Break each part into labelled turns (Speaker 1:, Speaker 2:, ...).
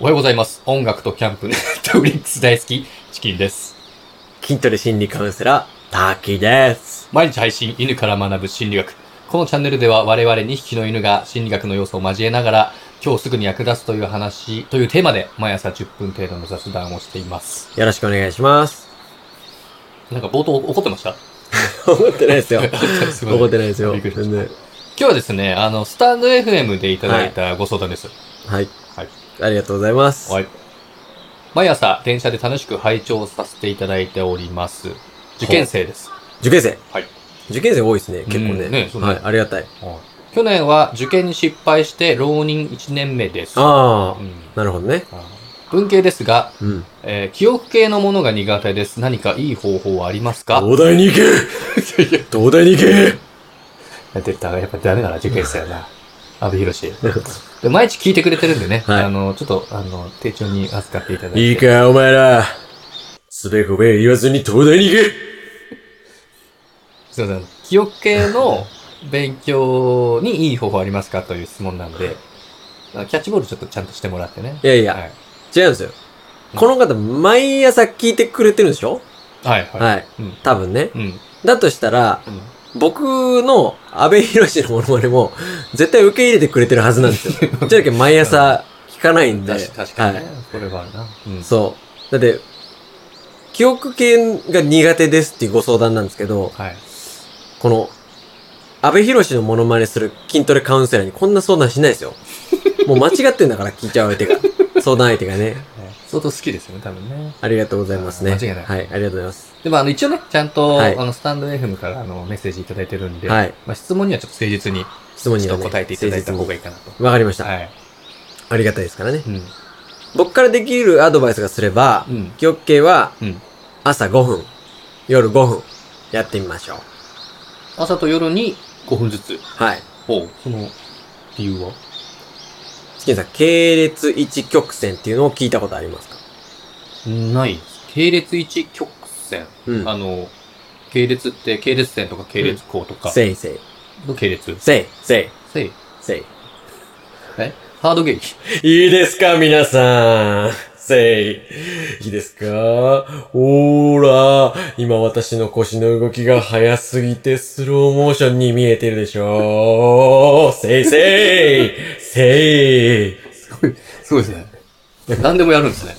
Speaker 1: おはようございます。音楽とキャンプ、ネットフリックス大好き、チキンです。
Speaker 2: 筋トレ心理カウンセラー、タキです。
Speaker 1: 毎日配信、犬から学ぶ心理学。このチャンネルでは我々2匹の犬が心理学の要素を交えながら、今日すぐに役立つという話、というテーマで毎朝10分程度の雑談をしています。
Speaker 2: よろしくお願いします。
Speaker 1: なんか冒頭怒ってました
Speaker 2: 怒ってないですよ。
Speaker 1: すいません
Speaker 2: 怒ってないですよ。
Speaker 1: びっくりしま
Speaker 2: 全
Speaker 1: した
Speaker 2: 然。
Speaker 1: 今日はですね、あの、スタンド FM でいただいたご相談です。
Speaker 2: はい。
Speaker 1: はい
Speaker 2: ありがとうございます。
Speaker 1: はい。毎朝、電車で楽しく拝聴させていただいております。受験生です。
Speaker 2: 受験生。
Speaker 1: はい
Speaker 2: 受験生多いですね、結構
Speaker 1: う
Speaker 2: ね。
Speaker 1: んねそうね
Speaker 2: はい、ありがたい。
Speaker 1: 去年は受験に失敗して浪人1年目です。
Speaker 2: あ
Speaker 1: う
Speaker 2: あ、
Speaker 1: ん
Speaker 2: なるほどね。
Speaker 1: あー文系ですが、
Speaker 2: うん。
Speaker 1: えー記憶系のものが苦手です。何かいい方法はありますか
Speaker 2: 東大に行け 東大に行け
Speaker 1: 出たやっぱダメだな、受験生やな。 阿部寛。で毎日聞いてくれてるんでね、
Speaker 2: はい
Speaker 1: あの、ちょっと、あの、丁重に扱っていただいて。
Speaker 2: いいか、お前ら。すべこべ言わずに東大に行け
Speaker 1: すいません。記憶系の勉強にいい方法ありますかという質問なんで、あのキャッチボールちょっとちゃんとしてもらってね。
Speaker 2: いやいや、
Speaker 1: はい。
Speaker 2: 違うんですよ。この方、毎朝聞いてくれてるんでしょ
Speaker 1: はい、は
Speaker 2: はい。
Speaker 1: い。うん。
Speaker 2: 多分ね。
Speaker 1: うん。うん
Speaker 2: だとしたら、僕の安倍博士のモノマネも、絶対受け入れてくれてるはずなんですよ。 じゃなきゃ毎朝聞かないんで。
Speaker 1: だし確かにね、
Speaker 2: は
Speaker 1: これはあるな。うん
Speaker 2: い。そう。だって、記憶系が苦手ですっていうご相談なんですけど、
Speaker 1: はい。
Speaker 2: この、安倍博士のモノマネする筋トレカウンセラーにこんな相談しないです よ。もう間違ってんだから聞いちゃう相手が。相談相手がね。
Speaker 1: 相当好きですよね、多分ね。
Speaker 2: ありがとうございますね。
Speaker 1: 間違いない
Speaker 2: はい、ありがとうございます。
Speaker 1: でも、あの、一応ね、ちゃんと、
Speaker 2: はい
Speaker 1: あの、スタンド FM から、あの、メッセージいただいてるんで、
Speaker 2: はい。
Speaker 1: まあ、質問にはちょっと誠実に、
Speaker 2: 質問に
Speaker 1: ちょっ
Speaker 2: は、ね、
Speaker 1: と答えていただいた方がいいかなと。
Speaker 2: わかりました。
Speaker 1: はい。
Speaker 2: ありがたいですからね。
Speaker 1: うん。
Speaker 2: 僕からできるアドバイスがすれば、
Speaker 1: うん。
Speaker 2: 記憶系は
Speaker 1: うん。
Speaker 2: 朝5分、夜5分やってみましょう。
Speaker 1: 朝と夜に5分ずつ。
Speaker 2: はい。
Speaker 1: ほう。その、理由は
Speaker 2: チキンさん、系列一曲線っていうのを聞いたことありますか
Speaker 1: ない。系列一曲線。
Speaker 2: うん。
Speaker 1: あの、系列って、系列線とか系列項とか、
Speaker 2: せいせい。
Speaker 1: の系列。
Speaker 2: せい、せい、
Speaker 1: せい。
Speaker 2: せい。
Speaker 1: えハードゲイ。
Speaker 2: いいですか、皆さん。せい。いいですかほーら、今私の腰の動きが速すぎてスローモーションに見えてるでしょせいせいせい
Speaker 1: すごいですね。何でもやるんですね。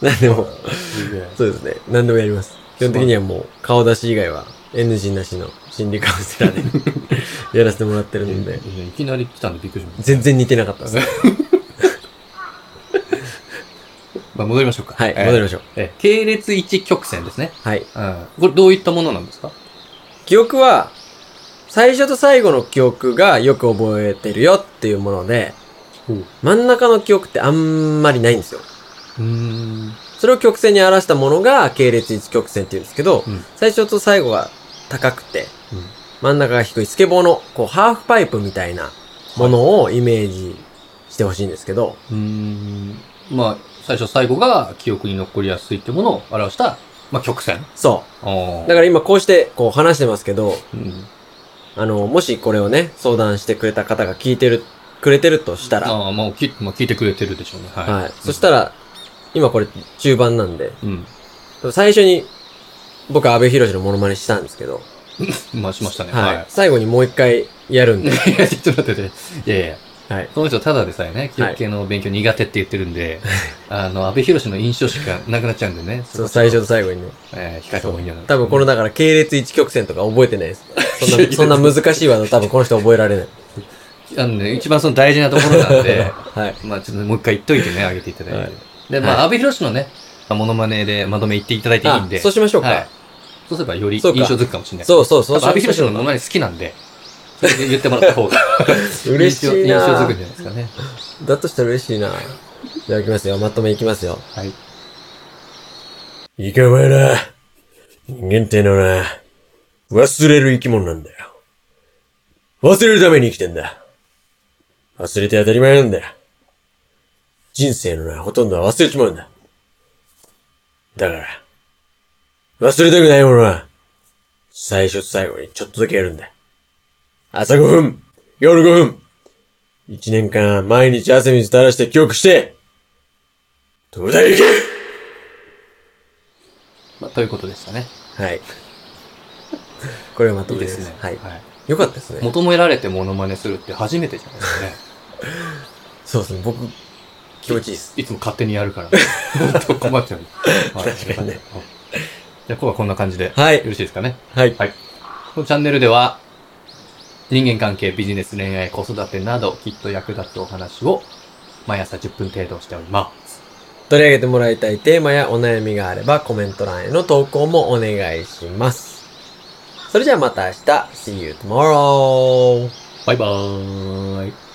Speaker 2: なんでも、
Speaker 1: すげえ。
Speaker 2: そうですね。何でもやります。基本的にはもう、顔出し以外は NG なしの心理カウンセラー でやらせてもらってるんで、
Speaker 1: いきなり来たんでびっくりしまし
Speaker 2: 全然似てなかったです。
Speaker 1: た。まあ、戻りましょうか。
Speaker 2: はい、
Speaker 1: えー
Speaker 2: 戻りましょう。
Speaker 1: えー系列一曲線ですね。
Speaker 2: はい。
Speaker 1: うん。これどういったものなんですか
Speaker 2: 記憶は、最初と最後の記憶がよく覚えてるよっていうもので、
Speaker 1: ほう。
Speaker 2: 真ん中の記憶ってあんまりないんですよ。
Speaker 1: ん。
Speaker 2: それを曲線に表したものが系列一曲線っていうんですけど、
Speaker 1: うん
Speaker 2: 最初と最後が高くて、
Speaker 1: うん
Speaker 2: 真ん中が低いスケボーの、こう、ハーフパイプみたいなものをイメージしてほしいんですけど、
Speaker 1: うーん。まあ、最初最後が記憶に残りやすいってものを表した、まあ、曲線。
Speaker 2: そ
Speaker 1: あ
Speaker 2: う。だから今こうして、こう話してますけど、
Speaker 1: ら、うん。
Speaker 2: あの、もしこれをね、相談してくれた方が聞いてる、くれてるとしたら、
Speaker 1: ああ、もうき、まあ、聞いてくれてるでしょうね。はい。
Speaker 2: はい。そしたら、今これ中盤なんで、
Speaker 1: うん。
Speaker 2: 最初に、僕は安倍博のモノマネしたんですけど、
Speaker 1: まあ、しましたね。
Speaker 2: はい。最後にもう一回やるん で、
Speaker 1: いや、ちょっと待ってて。いやいや。
Speaker 2: はい。
Speaker 1: この人ただでさえね、記憶系の勉強苦手って言ってるんで、あの、安倍博の印象しかなくなっちゃうんでね。
Speaker 2: そう、最初
Speaker 1: そ
Speaker 2: と最後にね。
Speaker 1: こ。えー、控えた方がいいんじゃない
Speaker 2: 多分この、だから系列一曲線とか覚えてないです。そ んな、そんな難しいワード多分この人覚えられない。
Speaker 1: あのね、一番その大事なところなんで、
Speaker 2: はい。
Speaker 1: まあちょっともう一回言っといてね、あげていただいて。
Speaker 2: はい
Speaker 1: で、まあ、
Speaker 2: はい
Speaker 1: 安倍博のね、モノマネでまとめ言っていただいていいんで。
Speaker 2: あそうしましょうか
Speaker 1: はいそうすればより印
Speaker 2: そうか
Speaker 1: 象づくかもしれない。う。
Speaker 2: そうそう、そうし
Speaker 1: 安
Speaker 2: ま
Speaker 1: 倍
Speaker 2: しょう
Speaker 1: 博のモノマネ好きなんで、それで言ってもらった方が
Speaker 2: 嬉しい
Speaker 1: 印象印象づ
Speaker 2: な
Speaker 1: くんじゃないですかね。
Speaker 2: だとしたら嬉しいな。じゃあ行きますよ。まとめいきますよ。
Speaker 1: はい。
Speaker 2: いいかお前ら。人間ってのはな、忘れる生き物なんだよ。忘れるために生きてんだ。忘れて当たり前なんだよ。人生のな、ほとんどは忘れちまうんだ。だから、忘れたくないものは、最初と最後にちょっとだけやるんだ。朝5分、夜5分、1年間毎日汗水垂らして記憶して、東大行け
Speaker 1: まあ、ということでしたね。
Speaker 2: はい。これはまと
Speaker 1: いい
Speaker 2: めで。
Speaker 1: ですすね。
Speaker 2: はい。よかったですね。
Speaker 1: 求められてモノマネするって初めてじゃないです かね。
Speaker 2: そうですね。僕、気持ちいいです。
Speaker 1: いつも勝手にやる から、ね。本当困っちゃう。はい
Speaker 2: 確かにね。
Speaker 1: はいじゃあ、今日はこんな感じで。よ
Speaker 2: はい。
Speaker 1: ろしいですかね。
Speaker 2: はい。
Speaker 1: このチャンネルでは、人間関係、ビジネス、恋愛、子育てなど、きっと役立つお話を、毎朝10分程度しております。
Speaker 2: 取り上げてもらいたいテーマやお悩みがあればコメント欄への投稿もお願いします。それじゃあまた明日。See you tomorrow!
Speaker 1: バイバーイ。